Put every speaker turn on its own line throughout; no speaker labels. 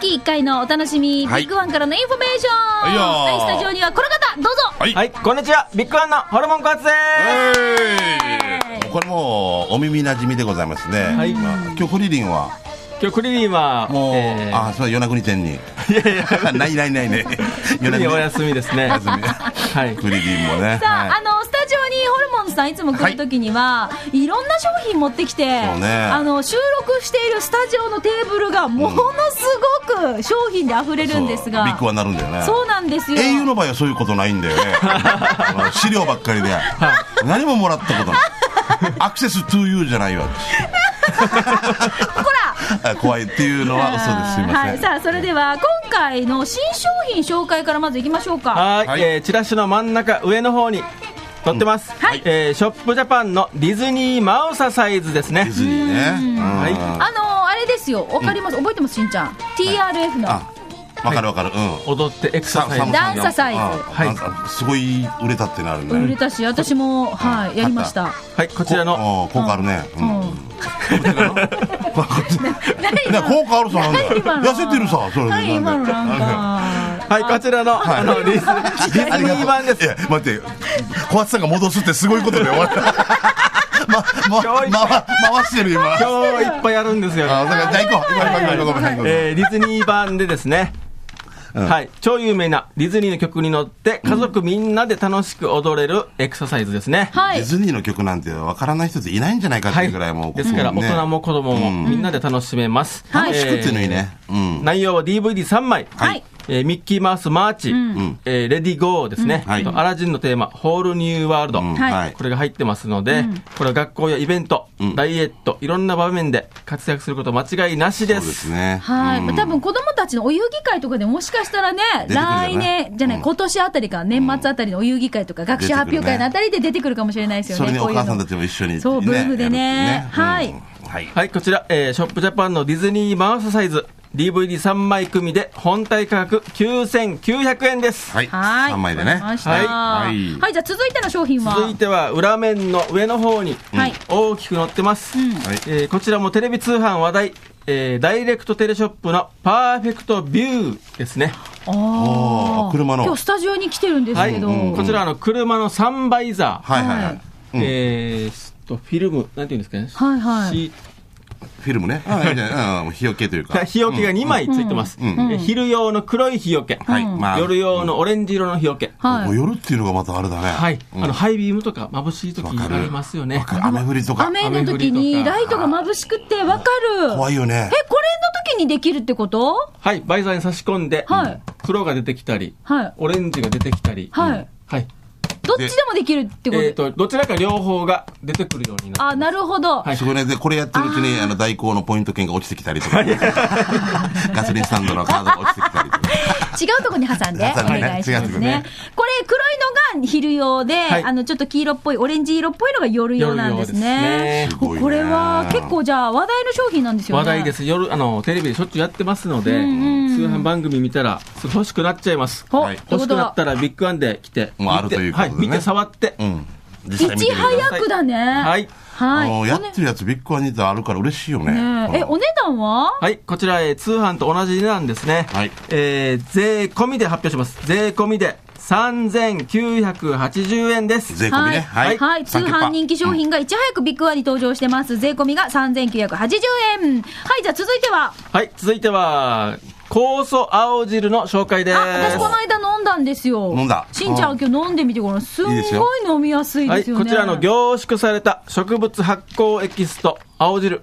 1回のお楽しみ、
はい
ビッグワンからのインフォメーシ
はいよ
ョン、
ー
スタジオにはこの方どうぞ
はい。
はい、こんにちは。ビッグワンのホルモンコアツです。
えーこれもうお耳なじみでございますね。
い
まあ今日ホリリンは
今日クリリンは、
もう、
えー
あそう夜なくに店に。
いやい や、
ないないない ね。
クリリンお
に
休みですね。
休み。
はい。
クリリンもね。
さあ、
はい
あのスタジオにホルモンさんいつも来るときには、い、ろんな商品持ってきて、
そうね
あの収録しているスタジオのテーブルがものすごく商品で溢れるんです
そう
が、
ビッグワンになるんだよね。
そうなんですよ。
英雄の場合はそういうことないんだよ ねあの資料ばっかりで何ももらったことないアクセス to you じゃないわこら 怖いっていうのは嘘ですすいませ
は
ん、
い、さあそれでは今回の新商品紹介からまずいきましょうか。
はい、
はい
えーチラシの真ん中、上の方に。載ってます、
はい
えーショップジャパンのディズニーマウササイズです
デ
ね
ィズニーねうん
はい
あのあれですよ、わかります、覚えてますしんちゃん。TRF の
あわかるわかるうん
踊ってエクササイズ
ダンササイズ
はい
ズすごい売れたってなる
売れ
ね
たし、私もはいやりました。
はいこちらの
こ効果あるねう
うんん。何
ね効果あるさな
何
んだ
今の
痩せてるさそれで
何今のなんか。
はいこちらの,、あ のリズディズニー版です
いや待って小松さんが戻すってすごいことで終わった、 まま
今日いっ
ま回してる今あ
今日いっぱいあるんですよね
だからじゃあ行こう行こう行こう行こう行こう行こう
えーディズニー版でですね、はい、超有名なディズニーの曲に乗って家族みんなで楽しく踊れるエクササイズですね、
は
デ
い
ィ。ズニーの曲なんてわからない人っていないんじゃないかっていうぐらいもう、
ですから大人も子供もみんなで楽しめます、
はい
楽しくっていうのいいね、うん
内容は DVD3 枚、
はい
えーミッキーマウスマーチ、えーレディーゴーですね、
うんはい
とアラジンのテーマ、ホールニューワールド、
うん
はい
これが入ってますので、これは学校やイベント、
ん
ダイエット、いろんな場面で活躍すること間違いなしで
そうです
す。
ね
はい、
うん
まあ多分子供たちのお遊戯会とかでもしかしたらね、
出てくるんじゃない
来年じゃない、
うん
今年あたりか、年末あたりのお遊戯会とか、学習発表会のあたりで出てくるかもしれないですよ
そ
ね、
れにお
こういうの
母さんたちも一緒に、ね、
そうブームでね
やるってう
はい
うんはい
はい、こちら、えーショップジャパンのディズニーマウスサイズ、DVD3 枚組で本体価格9900円です。
はい、
はい、
3枚でね
わかりました
はい
はい、はいじゃあ続いての商品は。
続いては裏面の上の方に
はい
大きく載ってます、
ん
はい
えーこちらもテレビ通販話題、えーダイレクトテレショップのパーフェクトビューですね、
あー
車の
今日スタジオに来てるんです
はい
けど、
こちらあの車のサンバイザー、
はいはいは
はい
い、うん
えーっとフィルムなんていうんですかね、
はいはい
シ
フィルムね、はいはいうん、日よけというか
ー日よけが2枚ついてます、
ん
えー昼用の黒い日よけ、
はいまあ
夜用のオレンジ色の日よけ、
はい
もう夜っていうのがまたあれだね。
はい
うん
あのハイビームとか眩しい時
わかる
ありますよね
わかる雨降りとか。
雨の時
雨降り
に
とか
ライトが眩しくてわかる。
怖いよ
え、
ね
こ。れの時にできるってこと
はい、バイザーに差し込んで、
はい
黒が出てきたり、
はい
オレンジが出てきたり、
はい
はい
どっちでもできるって
え
こと
ー、とどちらか両方が出てくるようになる
あ、なるほど。
はい
そこねでこれやってるうちにあの代行のポイント券が落ちてきたりとか、ガソリンスタンドのカードが落ちてきたりとか。
違うとこに挟んで
挟
お
んでね
願いし
違
ま
うと
す
こね
ね。これ黒いのが昼用で、
はい
あのちょっと黄色っぽい、オレンジ色っぽいのが夜用なんですね。
夜用ですね
これは
すごいね
結構じゃあ話題の商品なんですよね。
話題です夜あのテレビでしょっちゅうやってますので、通販番組見たらすぐ欲しくなっちゃいます
お。
はい
というこ
欲しく
と
なっ
は
たらビッグワンで来て
もうある
見て
ということでね
はい、見て触って、
うん。実
いち
ください
早くだね。
はい
あ
はい。
の
お
や
ね
ってるやつビッグワンにいたらあるから嬉しいよね。
ねええ、お値段は
はいこちら、えー通販と同じ値段ですね、
はい
えー税込みで発表します税込みで3980円です
税込みね。
はい、はい通販人気商。
30%
品がいち早くビッグワンに登場してます。税込みが3980円。はい、じゃあ続いては、
はい、続いては、酵素青汁の紹介です。
あ、私この間飲んだんですよ。
飲んだ
しんちゃんは今日飲んでみてごらん。すんごい
いですよ
飲みやすい
はい、
ですよね。
こちらの凝縮された植物発酵エキスと青汁。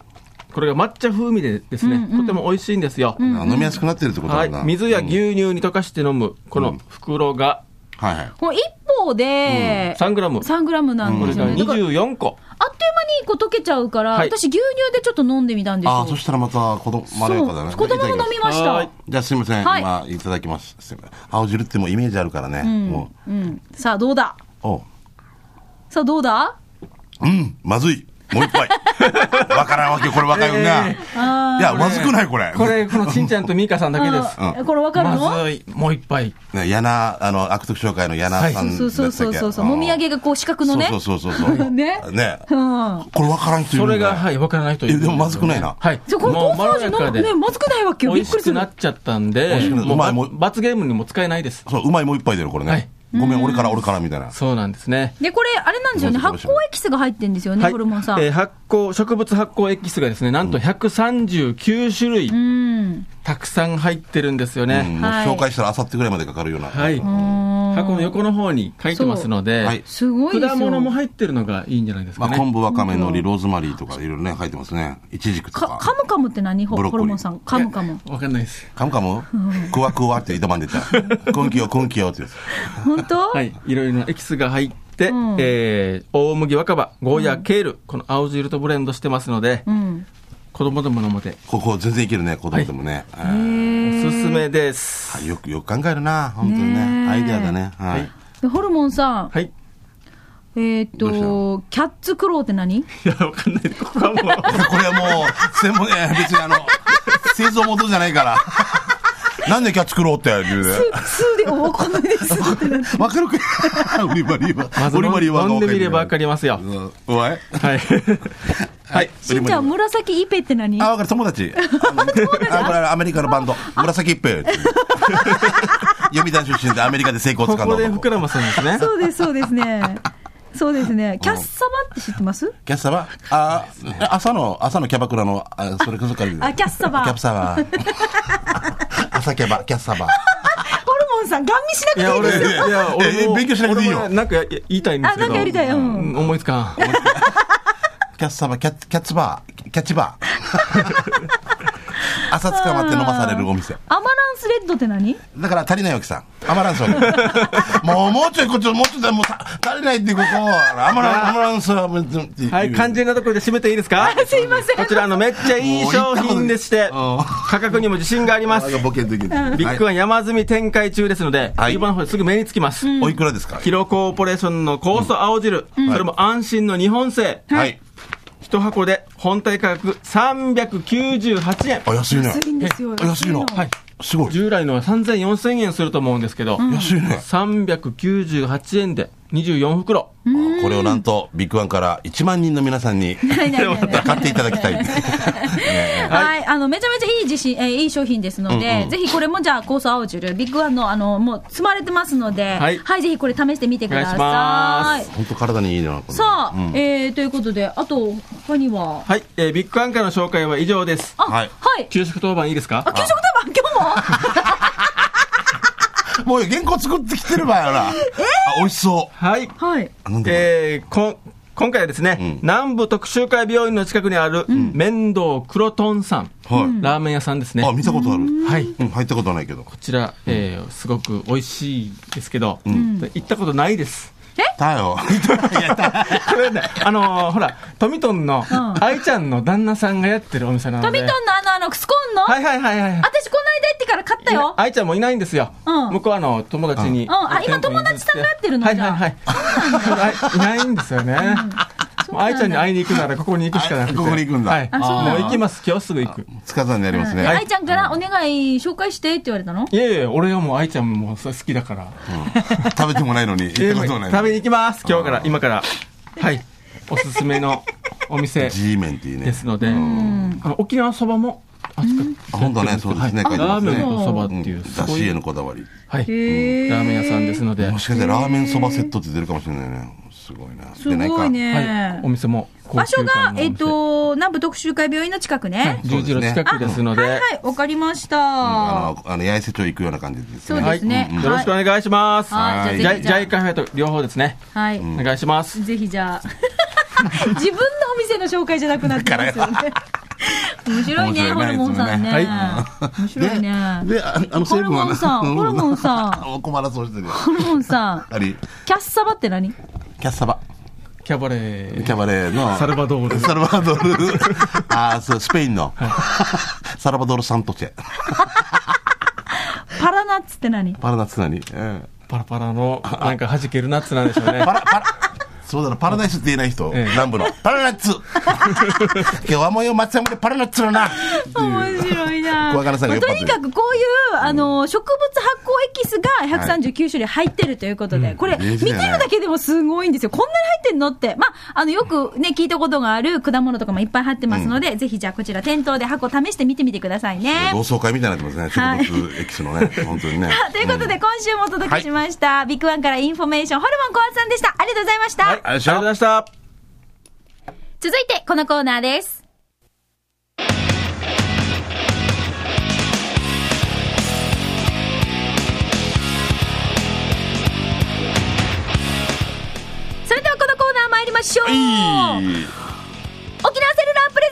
これが抹茶風味でですね、とても美味しいんですよ。
あ飲みやすくなってるってこと
は
だ
い
な。、
水や牛乳に溶かして飲む、この袋が
はいはい。
これ一方で、
3グラム。こ
3グラムなんで
れ
すよ
が
ね。だからあっという
24個。
間にこう溶けちゃうから、
はい
私牛乳でちょっと飲んでみたんですよ。
ああそしたらまた子供まろやかだね。
そう子供も飲みまし
は
た
い。
じゃあすいません。
はい
今いただきます。すいません青汁ってもうイメージあるからね。も
うん。さあどうだ
うおう
さあどうだ
うんまずいもう一杯。 わからんわけよこれ若い女。
え
いや、まずくないこれ。
これ、このしんちゃんとミカさんだけです。
あーこれわかるの、
まずい、もう一杯。
ね、柳、あの、悪徳商会の柳さん
そうそうそうそうそう、もみあげがこう四角のね。
そうそうそうそうそ う。
ね
ね。
うん。
これ分からん人いる
そ
んだ
れ
よ
が、はい、わからない人いる
え
ん
でもまずくないな
はい。
じゃあこの
も
コ
う
ーンソージ
まろや
の
かで
ね、まずくないわけよ。び
美
っ
味
く
し
りす
く
る。
なっちゃったんで
美味しくな、
もう
うまいも
ば
う
罰ゲームにも使えないです。
そう、うまいもう一杯出る、これね。
はい
ごめん、俺から、俺から、みたいな。
そうなんですね。
で、これ、あれなんですよね、
どうぞ
発酵エキスが入ってるんですよね、
はい
ホルモンさん。
えー発酵、植物発酵エキスがですね、なんと139種類、
うん。
たくさん入ってるんですよ
うん
ね。
もう
はい
紹介したらあさってぐらいまでかかるような。
はい。箱の横の方に書いてますので、
はい
すごいですよ。
果物も入ってるのがいいんじゃないです
ま
か
あ、
ね。
昆布、わかめ、海苔、ローズマリーとか、いろいろね、書いてますね。いちじくと
か
か。
カムカムって何ホ
ブロッ
ホ
コリー
ルモンさん。カムカム。
わかんないです。
カムカムくわくわって板まん でた。くんきよ、くんきよって言う。
本当、
はい。いろいろなエキスが入って、
うん
えー大麦、若葉、ゴーヤ、ケール、この青汁とブレンドしてますので、
うん。
子供どものもで、
ここ全然いけるね、子供でもね。
へ
うん
お
ー
すすめです。
よく、よく考えるな、本当に
ねえ
ね。アイデアだね。は
はい
い。
でホルモンさん、
はい。
えーっ
どうした
と、キャッツクロウって何
いや、わかんない。ここはもう、
これはもう、専門、え別にあの、製造元じゃないから。なんでキャッチクローって言うね。
すで、おかんないですってなって。
わかるか オリバリーは。
まず
オリバリーは
飲んでみればわかりますよ。
うんおい
はい。はい。
しんちゃん、紫イペって何
あ、わかる、友達。あ、これアメリカのバンド。紫一平。読谷出身でアメリカで成功をつ
こ
かんだ
こで
男。
膨らますんですね。
そうです、そうですね。そうですね。キャッサバって知ってます
キャッサバあ、朝の、朝のキャバクラの、あそれこそか
あキャッサバ
キャッサバ。朝キャバ、キャッサバ。
ホルモンさん、ガン見し
い
な
や、
くていい
俺、
です
い
よ。
や、
え
俺
え
も、
勉強しなくていいよ
俺もなんかやや言いたいんですけど。
あなんかやりたいうん
う思いつかん。
キャッサバ、キャッキャッツバー、キャッチバー。朝捕まって飲まされるお店。
アマランスレッドって何
だから足りないわけさん。アマランスはねもう、もうちょい、こっち、もうちょい、もうさ足りないっていうことを、アマランアマランスは、もうずってう
はい、肝心なところで締めていいですか
すいません
こちら、あの、めっちゃいい商品でして、
もう言った
価格にも自信がありま
あ
す
の。ボケの時に。
ビッグ
は
ワン山積み展開中ですので、
はい
売り場の方ですぐ目につきます。
いおいくらですか
キロコーポレーションの酵素青汁、それも安心の日本製、
はい。
一箱で本体価格398円。
あ、安いね。
安いんですよ。
あ安いの。
はい。
すごい。
従来のは3000、4000円すると思うんですけど、
安いね。
398円で24袋。
これをなんと、ビッグワンから1万人の皆さんに、
ないないないない
買っていただきたい。
はい、あのめちゃめちゃいい自信、えーいい商品ですので、ぜひこれもじゃあ、酵素青汁、ビッグワンのあのもう積まれてますので、は、
はいい
ぜひこれ、試してみてくだ
お願
さ
い
い。
本当体にいいな、これ
さあ、えーということで、あと、他には、
はい、えービッグアンカーの紹介は以上です。
あは
はいい、
給食当番いいですか
あ給食当番、今日も
もう原稿作ってきてるわよな。あ、美味しそ
はい。
はい、
う。なんで
えーこん今回はですね、
うん
南部特集会病院の近くにある、面倒黒トンさん、
はい
ラーメン屋さんですね。
あ、見たことある。
はい。
うん、入ったことはないけど。
こちら、えーすごく美味しいですけど、行ったことな いです。
だよ。
これね、あのーほら、トミトンの
ん
愛ちゃんの旦那さんがやってるお店な
ト
の
ミ
で。
トンのあの、あのスコーンの、
はいはいはいはい。
私、この間行ってから買ったよ。
愛ちゃんもいないんですよ。
うん
向こうあの友達に。
んあ今友達さんがやってるの
はい
じ
はい
ゃあ
はい。いないいないんですよね。もう愛ちゃんに会いに行くならここに行くしかなくて。
あここに行くんだ
はい。
あそうなの
もう行きます。今日すぐ行く。
つかさんになりますね。
で
はい
愛ちゃんからお願い、紹介してって言われたの
いやいや、俺はもう愛ちゃんも好きだから。
食べてもないのに、行ったこともない
食
の
べに
に。
行きます。今日から、今から。はい。おすすめの お店
G メンっていう
で
ね。
すので、あの沖縄そばも、あそこ
あ、本当ね、そうですね、書いて
ラ
ま
ー
す
メン
ね。
とそばっ
う
て
ん
いう、す
だ
ご
し
い、
へ
は
のこだわり。
い、ラ
へー
ーメン屋さんですので、
もしかしてラーメンそばセットって出るかもしれないね。すごいな。
すごい
はい
ね。
お店も高
場
級
所
感
が、
のお店
えっ、と、南部特集会病院の近くね。
十字路近くですので、
はいはい、わかりました。
あの、あの、八重瀬町行くような感じです
そう
ね。
ですね
はいうんよろしくお願いします。
はい
ジ
じゃあ
ャ
ぜ
イ
ひ
ジャイカフェと両方ですね。
はい、
お願いします。
ぜひじゃあ 自分のお店の紹介じゃなくなってますよね面白いね
面白い
ホル
ね
モンさんね、
いつもね
面白いね
で、ああの、
ホルモンさん
成分
ホル
はな
モンさん。
お困らそうしてるよ。
ホルモンさん
あり、
キャッサバって何
キャッサバ。
キャバレ
キ
ー、
ャバレーの。
サルバドール。
サルバドール。 あーそう、スペインの。サルバドール・サントチェ。
パラナッツって何
パラナツナに。うん
パラパラの、なんか弾けるナッツなんでしょうね。
パラ、パラ、そうだな、パラダイスって言えない人、
ええ
南部の。パラナッツ今日はもうよ、松山でパラナッツ のな
面白いな。
怖がらされる
まあとにかくこういう、あの、植物発酵エキスが139種類入ってるということで、これ、
うん
見てるだけでもすごいんですよ。こんなに入ってんのって。まあ、あの、よくね、聞いたことがある果物とかもいっぱい入ってますので、ぜひじゃあこちら店頭で箱試してみてみてくださいね。
同窓会みたいになってます
はい
ね、植物エキ スのね、本当にね
さ。あということで、今週もお届けしました。ビッグワンからインフォメーション、ホルモン小松さんでした。ありがとうございました。
はい、ありがとうございました。
続いて、このコーナーです。それではこのコーナー参りましょう、
はいい
沖縄セルラープレ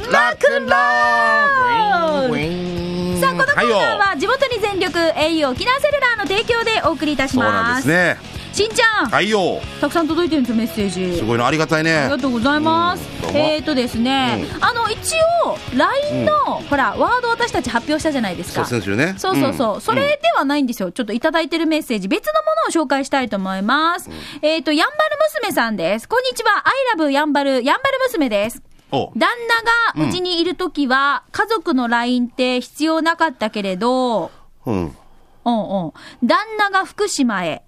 ゼンツ機種編ラックンロールさあこのコーナーは地元に全力 au 沖縄セルラーの提供でお送りいたし
そうな
ま
ん
す
ですね。
しんちゃん、
はいよ、
たくさん届いてるんですよメッセージ
すごいのありがたい
あ
ね
りが。とうございます
うんど。うも
えっ、ー、とですね、あの一応 LINE の、ほらワードを私たち発表したじゃないです
そう、
か。
先週ね。
そうそうそう、
ん
それではないんですよ。ちょっといただいてるメッセージ、別のものを紹介したいと思います。えっ、ー、と、やんばる娘さんです。こんにちは。アイラブやんばる、やんばる娘です。
お
旦那がうちにいるときは、家族の LINE って必要なかったけれど、
う
う
ん。
んうん。旦那が福島へ。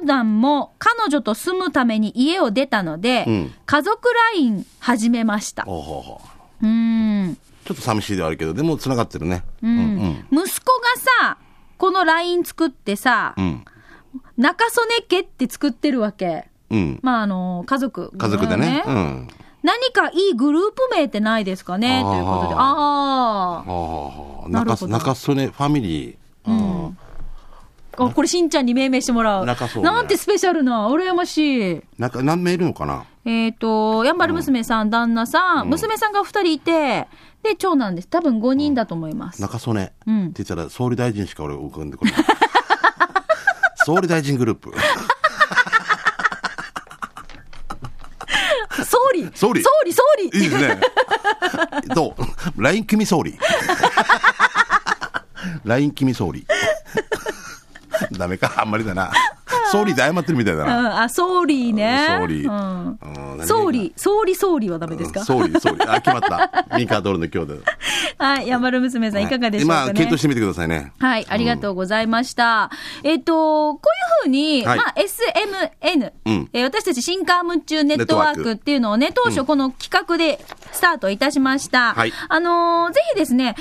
長男も彼女と住むために家を出たので、
うん
家族 LINE 始めました。
おうほうほ
う
う
ーん。
ちょっと寂しいではあるけど、でも繋がってるね。
うん。息子がさ、この LINE 作ってさ、
うん。
中曽根家って作ってるわけ。
うん。
まあ、あの、家族、
家族でね。う
うん
ん。
何かいいグループ名ってないですかね
あー
ということで。ああ。
ああ、
なる
中
ほど
曽中曽根ファミリー。うん。
あこれしんちゃんに命名してもらう。
中曽根
なんてスペシャルな、羨ましい。
なんか何名いるのかな
えっ、と、やんばる娘さん、旦那さん、娘さんが二人いて、で、長男です。多分5人だと思います。
中曽根って
うん
言ったら総理大臣しか俺浮かんでこない。 総理大臣グル ープ。
総理
総理
総理総理
いいですね。どう ?LINE 君総理。LINE 君総理。 ダメか、あんまりだな。総理で謝ってるみたいだ
うん、
な。
あ、総理ね。
総理
うん
うん
総理、総理、総理はダメですか、
総理、総理。あ、決まった。ミカドールの今日で。
はい、やんばる娘さんいかがでしょうか
今、
ね。
検討してみてくださいね。
はい、ありがとうございました。えっと、こういうふうに、
はい
まあ、SMN、
うん
えー私たち新カーム中ネットワークっていうのをね、当初この企画でスタートいたしました。
はい
あのーぜひですね、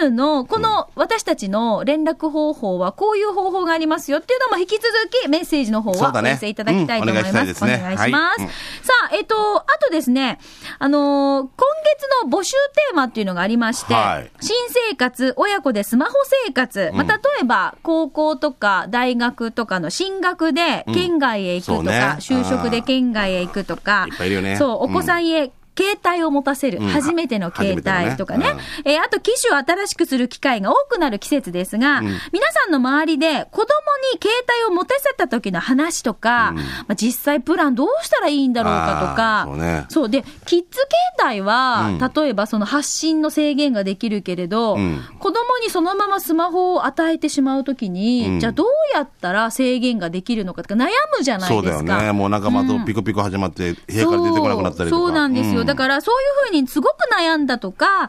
SMN のこの私たちの連絡方法はこういう方法がありますよっていうのも引き続きメッセージの方
そ
は
う
お
だね
寄せいただきたいと思います。
うんお願いしたいですね
お願いします。
はいうん
さあ、えっと、あとですね、あのー今月の募集テーマっていうのがありまして、
はい
新生活、親子でスマホ生活、まあ、例えば高校とか大学とかの進学で県外へ行くとか、
そうね
就職で県外へ行くとか、
いっぱいいるよね
そう、お子さんへ、携帯を持たせる、
ん
初めての携帯とかね
初めてのねうん。
えーあと機種を新しくする機会が多くなる季節ですが、皆さんの周りで子供に携帯を持たせた時の話とか、まあ、実際プランどうしたらいいんだろうかとか、
あーそうね
そうで、キッズ携帯は、
う
例えばその発信の制限ができるけれど、
うん
子供にそのままスマホを与えてしまうときに、
うん
じゃあどうやったら制限ができるのかとか悩むじゃないですか。
そうだよね。もう仲間とピコピコ始まって、部屋から出てこなくなったりとか。
そうそうなんですよ、だからそういうふうにすごく悩んだとか、家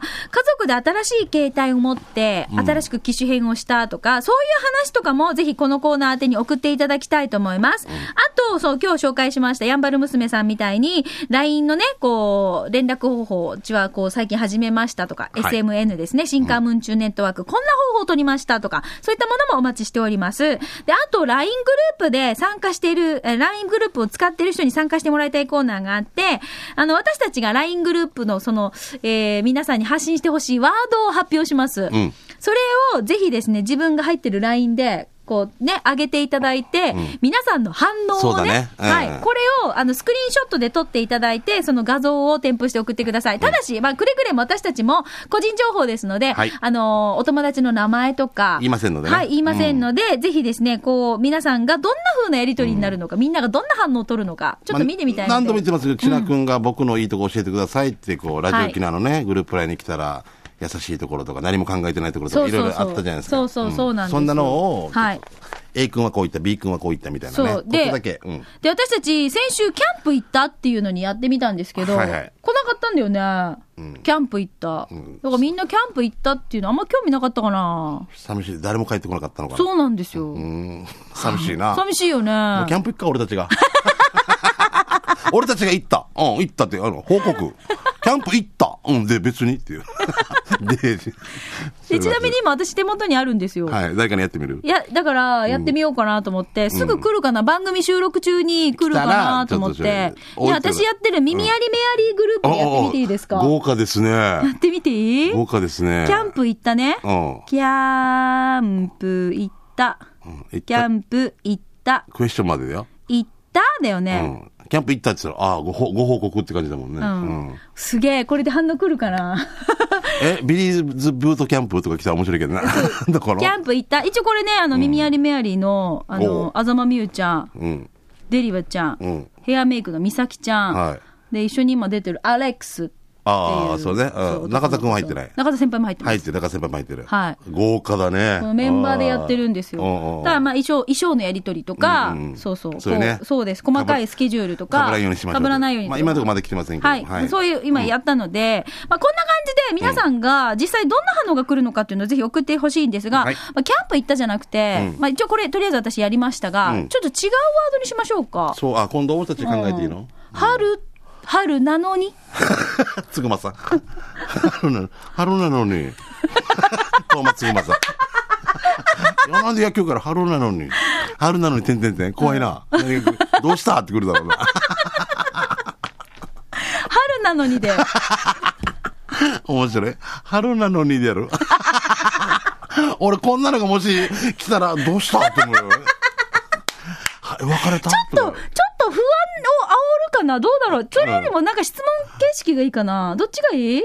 族で新しい携帯を持って、新しく機種変をしたとか、そういう話とかもぜひこのコーナー宛てに送っていただきたいと思います。あと、そう、今日紹介しましたやんばる娘さんみたいに、LINE のね、こう、連絡方法、うちはこう、最近始めましたとか、
はい
SMN ですね、新カムン中ネットワーク、こんな方法を取りましたとか、そういったものもお待ちしております。で、あと、LINE グループで参加している、え LINE グループを使っている人に参加してもらいたいコーナーがあって、あの、私たちが LINE グループの、その、えー皆さんに発信してほしいワードを発表します。
ん
それを、ぜひですね、自分が入ってる LINE で、こうね、上げていただいて、皆さんの反応
そう
を
だ
ね、
ねうん
はい、これをあのスクリーンショットで撮っていただいて、その画像を添付して送ってください。ただし、まあ、くれぐれも私たちも個人情報ですので、
はい
あの、お友達の名前とか、
言いませんのでね
はい、言いませんので、ぜひですね、こう、皆さんがどんな風なやり取りになるのか、みんながどんな反応を取るのか、ちょっと見てみたい
まあ
の
何
で
度も言ってますけど、千奈君が僕のいいとこ教えてくださいって、こう、ラジオ沖縄のね、グループラインに来たら、優しいところとか、何も考えてないところと
そ
か、
う
いろ
そ
いうろ
そう
あったじゃないですか。
そうそうそうなんですよ
そんなのを、
はい。
A 君はこう言った、B 君はこう言ったみたいなね。
そう
こ。こ
で、
だけ。うん。
で、私たち、先週、キャンプ行ったっていうのにやってみたんですけど、
はいはい
来なかったんだよね。キャンプ行った、だからみんなキャンプ行ったっていうのあんま興味なかったかな。
寂しい。誰も帰ってこなかったのかな。
そうなんですよ。
うん。寂し いな。
寂しいよね。
もうキャンプ行くか、俺たちが。 俺たちが行った。うん、行ったって、あの、報告。キャンプ行った。うん、で、別にっていう。 で、
でちなみに。今私手元にあるんですよ。
はい、誰かにやってみる
いや、だから、やってみようかなと思って、すぐ来るかな、番組収録中に来るかなと思っ
来たら
て
ちょっと。それ
いや、
置いてる
私やってる耳ありメアリーグループでやってみていいですか
ああ
や
豪華ですね。
ってみていい
豪華ですね。
キャンプ行ったね。
うん。
キャンプ行った。
うん
キャンプ行った。
クエスチョンまでだよ。
行っただよ
う
ね。
ん。キャンプ行ったって言ったら、ああ、ご報ご報告って感じだもんね。
うん
うん。
すげえ、これで反応来るかな
え、ビリーズブートキャンプとか来たら面白いけ どな。だか
キャ
ら。
ンプ行った。一応これね、あの、耳ありメアリーの、あ
お
の
う、
あざまみゆちゃん、
うん。
デリバちゃん、
うん
ヘアメイクのみさきちゃん、
はい
で、一緒に今出てるアレックスっていう。
ああ、そうね。
そう男の子
うん中田くんは入ってない。
中田先輩も入ってます。
入って、中田先輩も入ってる。
はい
豪華だね
こ。のメンバーでやってるんですよ。
あー
ただまあ衣装、衣装のやり取りとか、
うんうん
そうそう。
そうよね
こうそうです。細かいスケジュールとか。
被らないようにしましょう
被らないように
まあ今のところまで来てませんけど
はい。
はい
そういう、今やったので、まあこんな感じで皆さんが実際どんな反応が来るのかっていうのをぜひ送ってほしいんですが、
はい
まあキャンプ行ったじゃなくて、まあ一応これとりあえず私やりましたが、
うん
ちょっと違うワードにしましょうか。
そう、あ、今度俺たち考えていいの
春、春なのに。
つぐまさん。春なの春なのに。トーマつぐまさん。今まで野球から春なのに。春なのに、てんてんてん。怖いな。どうしたってくるだろうな。
春なの にで。
面白い。春なのにでやる。俺こんなのがもし来たらどうしたって思うよ。は別れたち
ちょっと、ちょっと不安を煽るかなどうだろうそれよりもなんか質問形式がいいかなどっちがいい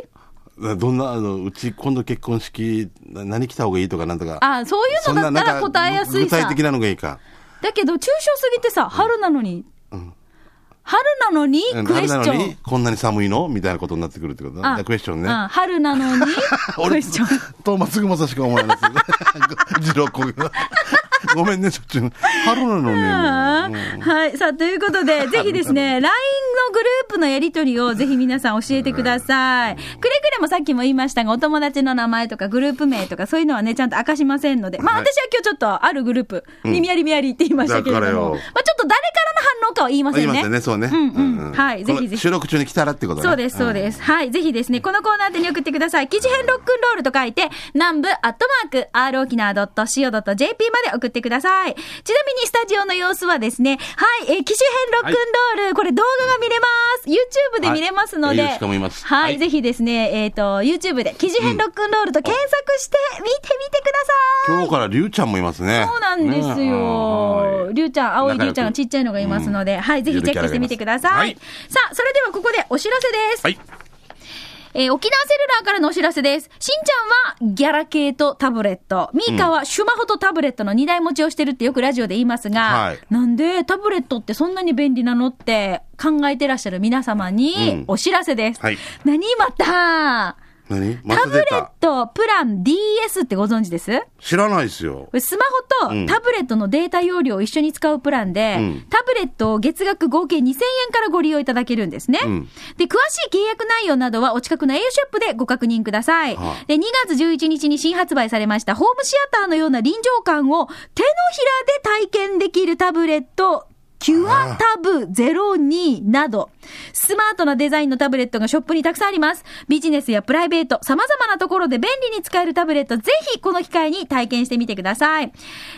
どんな、あの、うち今度結婚式、な何来た方がいいとかなんとか。
あそういうのだったら答えやすい
そんな
さ
なんか具。体的なのがいいか。
だけど、抽象すぎてさ、春なのに。春なのに
うん
クエスチ
春なの
ョ
に
ン。
こんなに寒いのみたいなことになってくるってことだ。
あ
クエスチョンね。
うん春な のにクエスチョン。
と、松ぐまさしか思わない です。二郎子が。ごめんね、しょっちゅう。春なのに。
はい。さあ、ということで、ぜひですね、LINE のグループのやりとりをぜひ皆さん教えてください。くれぐれもさっきも言いましたが、お友達の名前とかグループ名とかそういうのはね、ちゃんと明かしませんので。まあ、
はい
私は今日ちょっとあるグループ、耳ありみありって言いましたけれ
だ
ど
から
も、
よ
まあ、ちょっと誰からの反応かは言いませ
言
ん
いま
ね。
すよね、そうね。
うんうん。はい。ぜひ
こ
ぜ
の
ひ。
収録中に来たらってことね。
そうです、そうです。はい。ぜひですね、このコーナーでに送ってください。記事編ロックンロールと書いて、南部アットマーク、r 沖縄 .co.jp まで送ってください。ちなみにスタジオの様子はですね、はい、えー、記事編ロックンロール、これ動画が見れます。YouTube で見れますので、は
はいえーしかも見ます
はい、
はい
ぜひですね、えっ、と、YouTube で記事編ロックンロールと検索して見てみてください。
今日からりゅうちゃんもいますね。
そうなんですよ。りゅうちゃん、青いりゅうちゃんがちっちゃいのがいますので、はい、ぜひチェックしてみてくださ
はいい。
さあ、それではここでお知らせです。
はい
えー沖縄セルラーからのお知らせです。しんちゃんはギャラ系とタブレット。ミーカはシュマホとタブレットの2台持ちをしてるってよくラジオで言いますが、
はい
なんでタブレットってそんなに便利なのって考えてらっしゃる皆様
う
に
ん
お知らせです。
はい
何また
何ま
タ
た
ブレ
出
ッ
た。
トプラン DS ってご存知です
知らないですよ
こ。れスマホと
うん
タブレットのデータ容量を一緒に使うプランで、
うん
タブレットを月額合計2000円からご利用いただけるんですね。
うん
で、詳しい契約内容などはお近くの au ショップでご確認ください。
はい
で、2月11日に新発売されましたホームシアターのような臨場感を手のひらで体験できるタブレット、キュアタブ02など、スマートなデザインのタブレットがショップにたくさんあります。ビジネスやプライベート、様々なところで便利に使えるタブレット、ぜひこの機会に体験してみてください。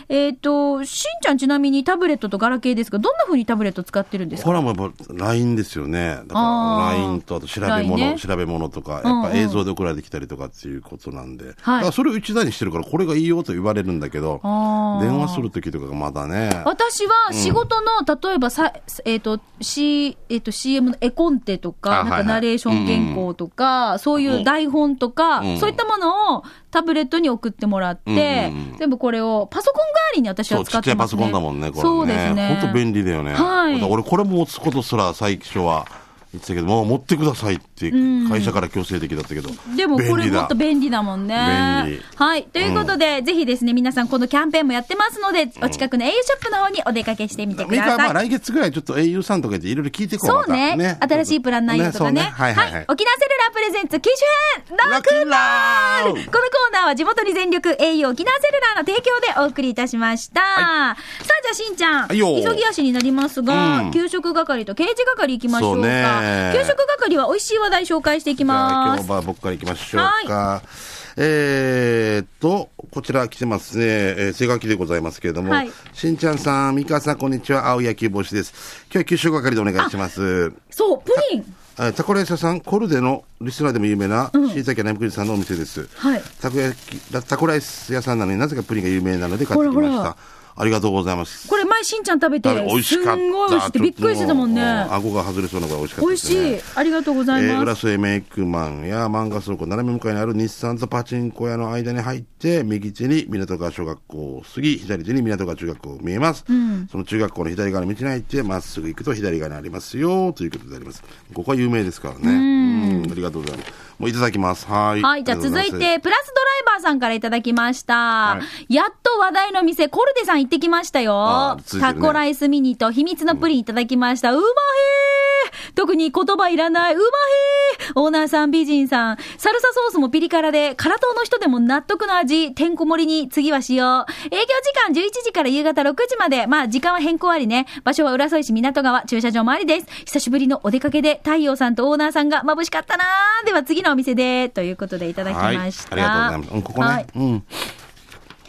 えっ、と、しんちゃんちなみにタブレットとガラケーですが、どんな風にタブレット使ってるんですか
これはもうやっぱ LINE ですよね。だ
あ
か
ー
ら LINE とあと調べ
LINE
物、
ね
調べ物とか、やっ
うんうん
ぱ映像で送られてきたりとかっていうことなんで。
はい
だからそれを一台にしてるから、これがいいよと言われるんだけど、電
あー
話するときとかがまだね。
私は仕事の、例えばさ、えっ、と、C、えっ、と、CM の絵コンテとか、な
あ
ん
はいは
か
い
ナレーション原稿とか、そういう台本とか、
うん
そういったものをタブレットに送ってもらって、
うんうんうん
全部これをパソコン代わりに私
そ
は
う、ち
使
っ
っ
ちゃ
て
いパ
ます、
ソ
ね。
コンだもんね、これね。
そうですね。
本当便利だよね。
はい
だから俺これ持つことすら最初は、言ってたけど、もう持ってくださいって、会社から強制的だったけど。
でもこ
便
れ
利
も
だ
っと便利だもん
便
ね
利。
はい。ということで、ぜひですね、皆さんこのキャンペーンもやってますので、お近くの au ショップの方にお出かけしてみてく
ミ
だ
カはまあ
さい。
来月ぐらいちょっと au さんとかでいろいろ聞いてこう
そう
また
ね新しいプラン内容とかね。
そう
は
はいいはいはい。
沖縄セルラープレゼンツ、機種編ラク
ラ
このコーナーは地元に全力 au 沖縄セルラーの提供でお送りいたしました。さあ、じゃあしんちゃん、
はいよ
急ぎ足になりますが、
うん
給食係と刑事係行きましょう
そう
か。
ね
給食係は美味しい話題紹介していき
じゃ
ま
あ今
す
日。は僕からいきましょうか。えーっと、こちら来てますね。えー、正書きでございますけれども。
はい
しんちゃんさん、ミカさん、こんにちは。青野球帽子です。今日は給食係でお願いします。
そう、プリン。
えータコライサさん、コルデのリスナーでも有名な、椎茸並栗さんのお店です。
はい
たこ焼き、タコライス屋さんなのになぜかプリンが有名なので買って
ほ
きま
ら
し
ほ
た。
ら
ありがとうございます。
これ前しんちゃん食べて、
あれ美味
す
しかった。
んごい美味しくてびっくりしてたもんね
ちょっともう顎が外れそうなぐらい美味し
美
かったで
味
す、
し
ね。
いありがとうござい
えー
ま
浦
す、
添メイクマンや漫画倉庫斜め向かいにある日産とパチンコ屋の間に入って右手に港川小学校を過ぎ左手に港川中学校見えます、その中学校の左側の道に入ってまっすぐ行くと左側にありますよということでありますここは有名ですからねうんありがとうございますもういただきますはい
はい、じゃあ続いて、プラスドライバーさんからいただきました。
は
やっと話題の店、コルデさん行ってきましたよ。
あーついてる
タ
ね
コライスミニと秘密のプリンいただきました。うまへー特に言葉いらない、うまへーオーナーさん美人さん、サルサソースもピリ辛で、辛党の人でも納得の味、てんこ盛りに次はしよう。営業時間11時から夕方6時まで、まあ時間は変更ありね。場所は浦添市港川、駐車場もありです。久しぶりのお出かけで、太陽さんとオーナーさんが眩しかったなーでは次のお店で、ということでいただき
はいあり
ま
が
した。
とうございます、うん、ここね、
はい
うん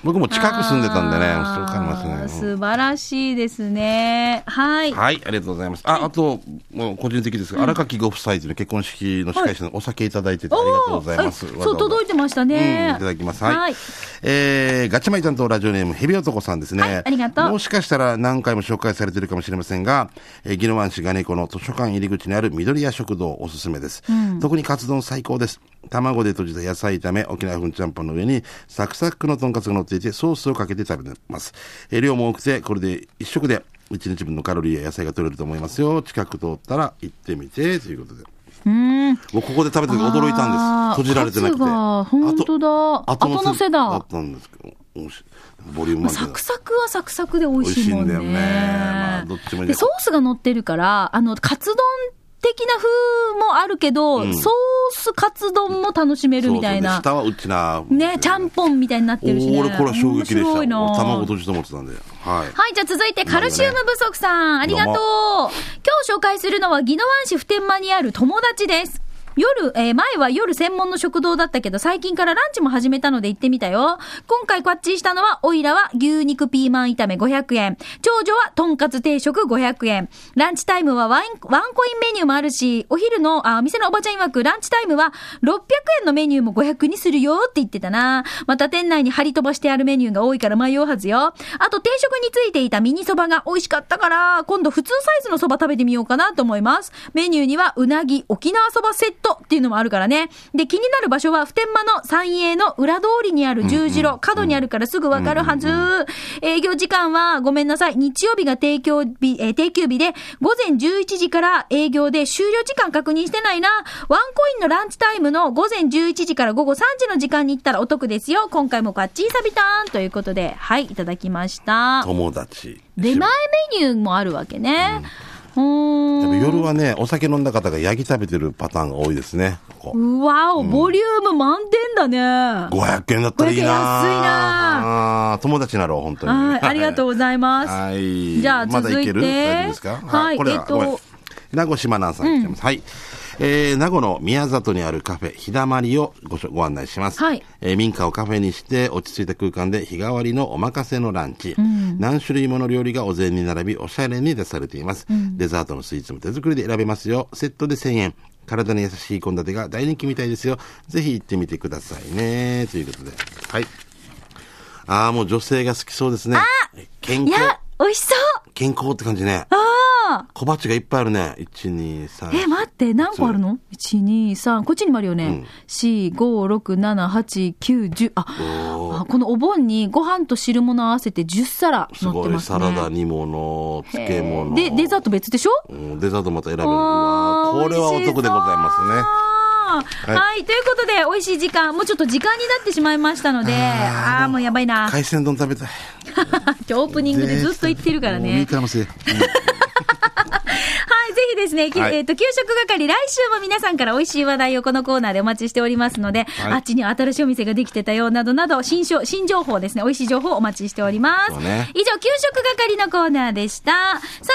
僕も近く住んでたんでねそうかりますね
あー
うん
素晴らしいですね。はい。
はい、ありがとうございます。あ、あと、もう個人的ですが、荒垣ご夫妻という結婚式の司会者のお酒いただいてて、ありがとうございます。
おーえそう、届い
て
てましたね。
いただきます。
は
はいい。。えーガチマイちゃんとラジオネーム、ヘビ男さんですね。
はいありがとう
もしかしたら何回も紹介されてるかもしれませんが、えー、宜野湾市ガネコの図書館入り口にある緑屋食堂おすすめです。特にカツ丼最高です。卵で閉じた野菜炒め、沖縄風ちゃんぽんの上にサクサクのとんかつが乗っていて、ソースをかけて食べてます。えー量も多くて、これで一食で1日分のカロリーや野菜が取れると思いますよ。近く通ったら行ってみて、ということで。もうここで食べた時驚いたんです
あー。
閉じられてなくて。
カツが本当だ
あと
後のせだ
あったんですけど、面白いボリューム満点
サ
だ
クサクはサクサクで美味しいもんね。
美味しいんだよねまあどっちもいいね
で、ソースが乗ってるから、あの、カツ丼的な風もあるけど、ソースカツ丼も楽しめるみたいな。
そうそうで下はうちな。
ね、ちゃんぽんみたいになってるしね。
お俺これは衝撃でした。
面白いな
俺卵閉じと思ってたんで。はい。
はい、じゃあ続いてカルシウム不足さん、ありがとう。
ど
今日紹介するのは宜野湾市普天間にある友達です。夜、えー前は夜専門の食堂だったけど、最近からランチも始めたので行ってみたよ。今回こっちしたのは、おいらは牛肉ピーマン炒め500円。長女はとんかつ定食500円。ランチタイムはワインワンコインメニューもあるし、お昼の、あ、お店のおばちゃん曰く、ランチタイムは600円のメニューも500にするよって言ってたな。また店内に張り飛ばしてあるメニューが多いから迷うはずよ。あと定食についていたミニそばが美味しかったから、今度普通サイズのそば食べてみようかなと思います。メニューにはうなぎ沖縄そばセットっていうのもあるからね。で、気になる場所は普天間の三栄の裏通りにある十字路、角にあるからすぐわかるはず。営業時間はごめんなさい。日曜日が提供日、えー定休日で、午前11時から営業で終了時間確認してないな。ワンコインのランチタイムの午前11時から午後3時の時間に行ったらお得ですよ。今回もガッチーサビターンということで、はい、いただきました。
友達。
出前メニューもあるわけね。うー
やっ
ん。
ぱ夜はね、お酒飲んだ方がヤギ食べてるパターンが多いですね。ここ
うわお、ボリューム満点だね。
500円だったらいい
500円安い
な
な
あー友達になろう、本当に。
はい、ありがとうございます。
はい。
じゃあ
まだ
続いて
ける大丈夫ですか
はい
これ
えっ
は、
と
ごめん名護島南さん来てます。はい。えー、名護の宮里にあるカフェ、ひだまりをごしょご案内します。
はい
えー民家をカフェにして、落ち着いた空間で日替わりのお任せのランチ。何種類もの料理がお膳に並び、おしゃれに出されています。デザートのスイーツも手作りで選べますよ。セットで1000円。体に優しい献立が大人気みたいですよ。ぜひ行ってみてくださいね。ということで。はい。ああ、もう女性が好きそうですね。健
い
康。
や、美味しそう
健康って感じね。
な
小鉢がいっぱいあるね。1、2、3。
え、待って、何個あるの ?1、2、3、こっちにもあるよ
うん
ね。4、5、6、7、8、9、10。あ、
おー
あこのお盆にご飯と汁物合わせて10皿
す
乗っ
ご
て
い。
ます
サ
ね。
ラダ、煮物、漬物。
へーで、デザート別でしょ
うんデザートまた選べる。うわ
あー
ーこれはお得でございますね。
はい、
は
はい。ということで、美味しい時間、もうちょっと時間になってしまいましたので、ああー、もうやばいな。
海鮮丼食べたい。
今日オープニングでずっと言ってるから
もう見
ね。
てますよ
はい、ぜひですね、き
はい
えっ、と、給食係、来週も皆さんから美味しい話題をこのコーナーでお待ちしておりますので、
はい
あっちに新しいお店ができてたよ、などなど、新商新情報ですね、美味しい情報をお待ちしております。
そうね
以上、給食係のコーナーでした。さ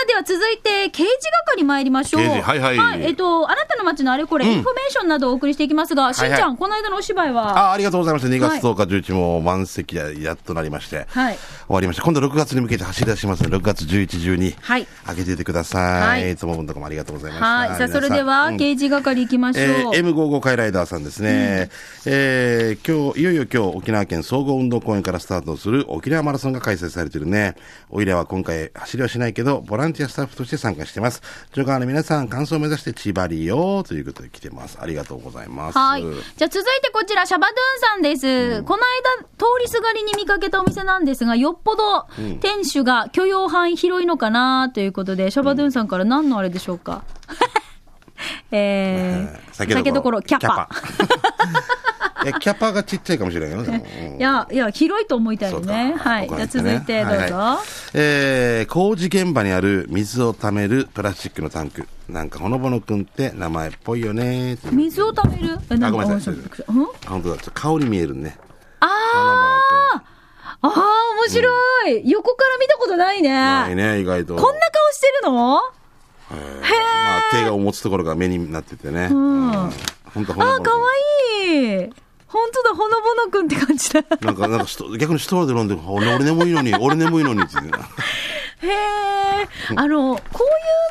あ、では続いて、刑事係参りましょう。
刑事はいはい
えっ、と、あなたの街のあれこれ、インフォメーションなどをお送りしていきますが、しんちゃん、この間のお芝居は、
あありがとうございました。2
はい
月10日、11も満席ややっとなりまして、
はい
終わりました。今度6月に向けて走り出しますので、6月11、12、
はい
開けていてください。
はい
い、つものとこもありがとうございました。
はい。さあ、
皆ん
それでは、
うん
刑事係行きましょう。
えー M55 回ライダーさんですね、えー今日いよいよ今日沖縄県総合運動公園からスタートする沖縄マラソンが開催されてるねおいらは今回走りはしないけどボランティアスタッフとして参加してますジョガーの皆さん完走を目指して千葉リよということで来てますありがとうございます
はい。じゃあ続いてこちら、シャバドゥンさんです。この間、通りすがりに見かけたお店なんですが、よっぽど店主が許容範囲広いのかなということで、シャバドゥンさんから何のあれでしょうか、 えー、
酒どころ
キャパ。
いやキャパがちっちゃいかもしれないけどねでもうん
いや、いや、広いと思いたい
そ
よ
う
ね。
か
はい。じ
怒
ゃ
ら
あ
れた
続
ね
いてどうぞ。
はいはいえー工事現場にある水をためるプラスチックのタンク。なんかほのぼのくんって名前っぽいよねー
水をためるえ、
あごめんなさい
うんあ
あ本当だ。ちょっと顔に見えるね。ほのぼの
あああ、面白い、横から見たことないね。
くん。ないね、意外と。
こんな顔してるの
えーまあ、手が持つところが目になっててね。
ん
本当ほ
あー、
のぼのくん
かわいい。本当だ、ほのぼのくんって感じ だ。
なんか、なんか、人逆にストローで飲んで、俺俺眠いのに、俺眠いのにって言ってた。
へえ。あの、こ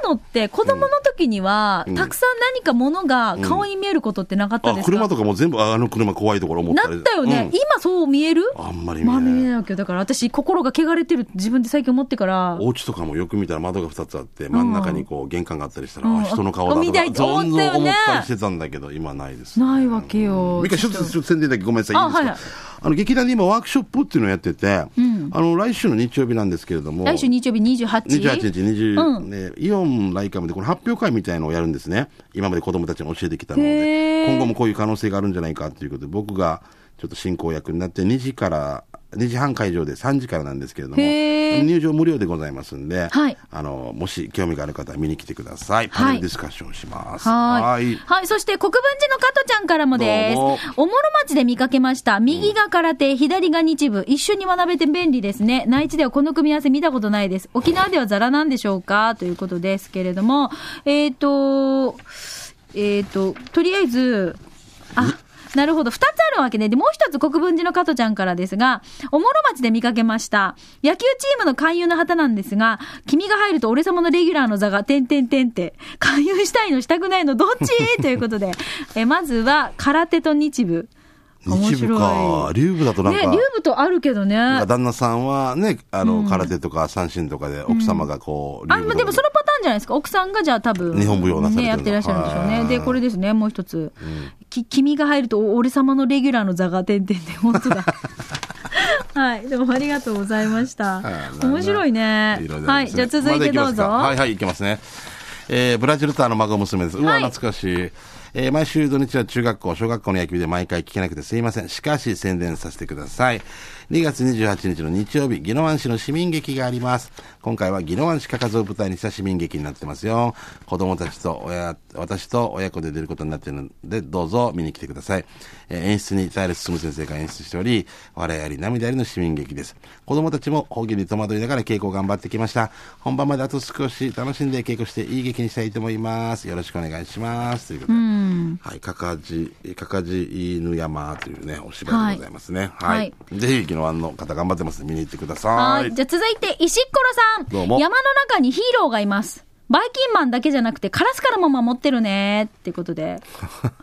ういうのって子供の時には、たくさん何かものが顔に見えることってなかった
あ
で、すか、
車とかも全部、ああの車怖いところ思った
な
り
ったよね、
うん
今そう見える
あんまり見
まあ
え
見え
ない。
ないわけよ。だから私、心が汚れてるって自分で最近思ってから。
お家とかもよく見たら窓が2つあって、真ん中にこう玄関があったりしたら、
うん
あ人の顔だと
見たいと思ったよね
思ったりしてたんだけど、今ないです。
ないわけよ。
ミカ
ち
一
ょっと
つちょっと宣伝だけごめんなさい、いいですか
あ
あ,、
はいはい
の劇団で今ワークショップっていうのをやってて、
ん
あの来週の日曜日なんですけれども、
来週日曜日28
28日、20、
うん
ね、イオンライカムでこの発表会みたいのをやるんですね。今まで子供たちに教えてきたの
へー
で、今後もこういう可能性があるんじゃないかということで、僕がちょっと進行役になって、2時から、2時半会場で3時からなんですけれども、
へー
入場無料でございますんで、
はい
あの、もし興味がある方は見に来てくださ
はい
い。パネルディスカッションします。
は
はい
い。はい。そして、国分寺の加トちゃんからもです。
どう
おも
も
ろ町で見かけました。右が空手、左が日舞。一緒に学べて便利ですね。内地ではこの組み合わせ見たことないです。沖縄ではザラなんでしょうかということですけれども。えっ、と、えっ、と、とりあえず、あ、なるほど。二つあるわけね。で、もう一つ国分寺の加トちゃんからですが、おもろ町で見かけました。野球チームの勧誘の旗なんですが、君が入ると俺様のレギュラーの座が、てんてんてんって、勧誘したいのしたくないのどっちということで、え、まずは空手と日舞。面
日部
白、
か
い。
竜部だとなん
ね、
か、
竜舞とあるけどね。
なん
あ
か、旦那さんはね、あの、空手とか三振とかで奥様がこう、
まあ
竜舞
でもそ
とか
のパターンじゃないですか。奥さんがじゃあ多分。
日本舞踊をなされてる
ね、
の
やってらっしゃるんでしょうね。
はい
で、これですね、もう一つ。き、君が入るとお俺様のレギュラーの座がてんてんてん。本当 だ。はい。でもありがとうございました
はい。
面白いね。
いろいろですね
はい。じゃあ続いてどうぞ。
まだいきますかはいはい、いきますね。えーブラジルターの孫娘です。うわ、
はい
懐かしい。えー毎週土日は中学校、小学校の野球で毎回聞けなくてすいません。しかし宣伝させてください。2月28日の日曜日、宜野湾市の市民劇があります。今回は宜野湾市かかずを舞台にした市民劇になってますよ。子供たちと親、私と親子で出ることになっているので、どうぞ見に来てください。えー演出に平進先生が演出しており、笑いあり涙ありの市民劇です。子供たちも方言に戸惑いながら稽古を頑張ってきました。本番まであと少し楽しんで稽古していい劇にしたいと思います。よろしくお願いします。ということで。はい、かかじ、かかじ犬山というね、お芝居でございますね。
は
はいい。ぜひ、沖縄の方頑張ってますんで見に行ってくださ。
はいい。じゃあ続いて、石ころさん。
どうも
山の中にヒーローがいます。バイキンマンだけじゃなくて、カラスからも守ってるね。ってこと で。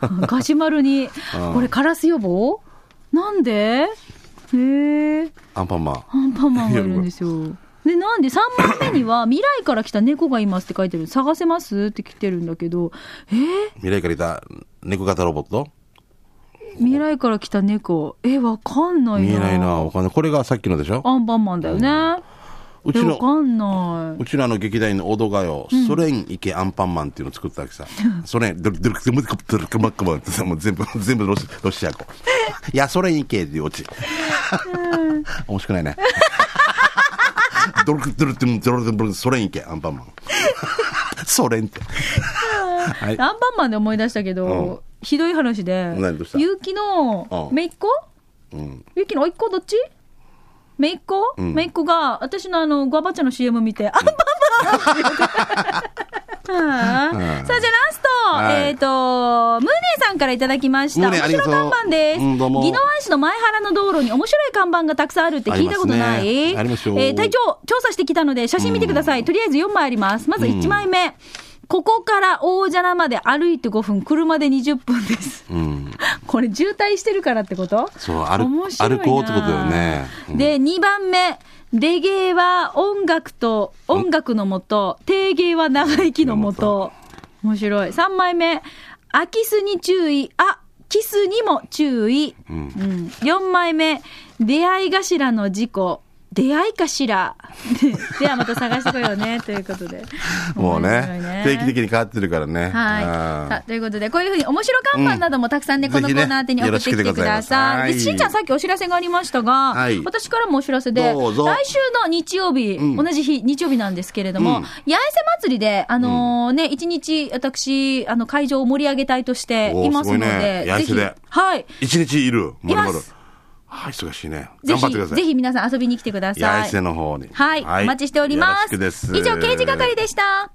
ガジュマルに。これ、カラス予防なんでへえ。
アンパンマン。
アンパンマンがいるんですよ。で、なんで3番目に は、未来から来た猫がいますって書いてる探せますって来てるんだけど、えー、
未来からいた猫型ロボット
未来から来た猫、え、わかんないな。
見えないな、わかんない。これがさっきのでしょ
アンパンマンだよね。
う
え
ち
わ
の、
かんな
うちのあの劇団員のオドガヨ、ソ連池アンパンマンっていうのを作ったわけさ。ソ連、ドルドルドルドルドルマックマンってさ、もう全部、全部ロシロシア語。いや、ソ連池っていうオチ。面白くないね。ドルドルドルドルドルソ連池アンパンマン。ソ連って。はい
い。アン。パンマンで思い出したけど、ひどい話で
何どうし、た
ゆうきの
うん
めいっ子
うん。
ゆうきのおいっ子どっちめいっ子
ん
めいっ子が、私のあの、グアバッチャの CM 見て、アンパンマ ンって言ってはあさあ、じゃあラスト、
はい
えっ、と、ムーネーさんからいただきまし
ム
た。
ーネ
面
ーあり
白
がとう
看板です。
うんどうも
宜野湾市の前原の道路に面白い看板がたくさんあるって聞いたことな
あります
い
ねありますよ
えー隊長、調査してきたので、写真見てください。とりあえず4枚あります。まず1枚目。ここから大蛇名まで歩いて5分、車で20分です。
うん。
これ渋滞してるからってこと
そう歩
面白いな
歩こうってことだよねうん
で、2番目。レゲエは音楽と、音楽のもと、定芸は長生きのもと。面白い。3枚目。空き巣に注意。あ、キスにも注意。うん4枚目。出会い頭の事故。出会いかしら。 ではまた探してこようね。ということで。
もう
面白い
ね、定期的に変わってるから
はい。
ね。うん
さあということで、こういうふうに面白看板などもたくさんね、
うん
このコ
ぜひね
ーナー宛てに送ってきてください。
よろしくでございます
でしんちゃん、さっきお知らせがありましたが、
はい
私からもお知らせで、
どうぞ
来週の日曜日、
ん
同じ日、日曜日なんですけれども、
うん
八重瀬祭りで、あのーね、一日、私、あの、会場を盛り上げ隊として
おー
いますので、
すごいね八重瀬で
ぜひはい。
一日いる。
います
はい、忙しいね。
ぜ
頑
ひ、
張ってください。
ぜひ皆さん遊びに来てくださ
八
い
重。瀬の方に。
はい、お待ちしておりま
よろ
す。
くです
以上、刑事係でした。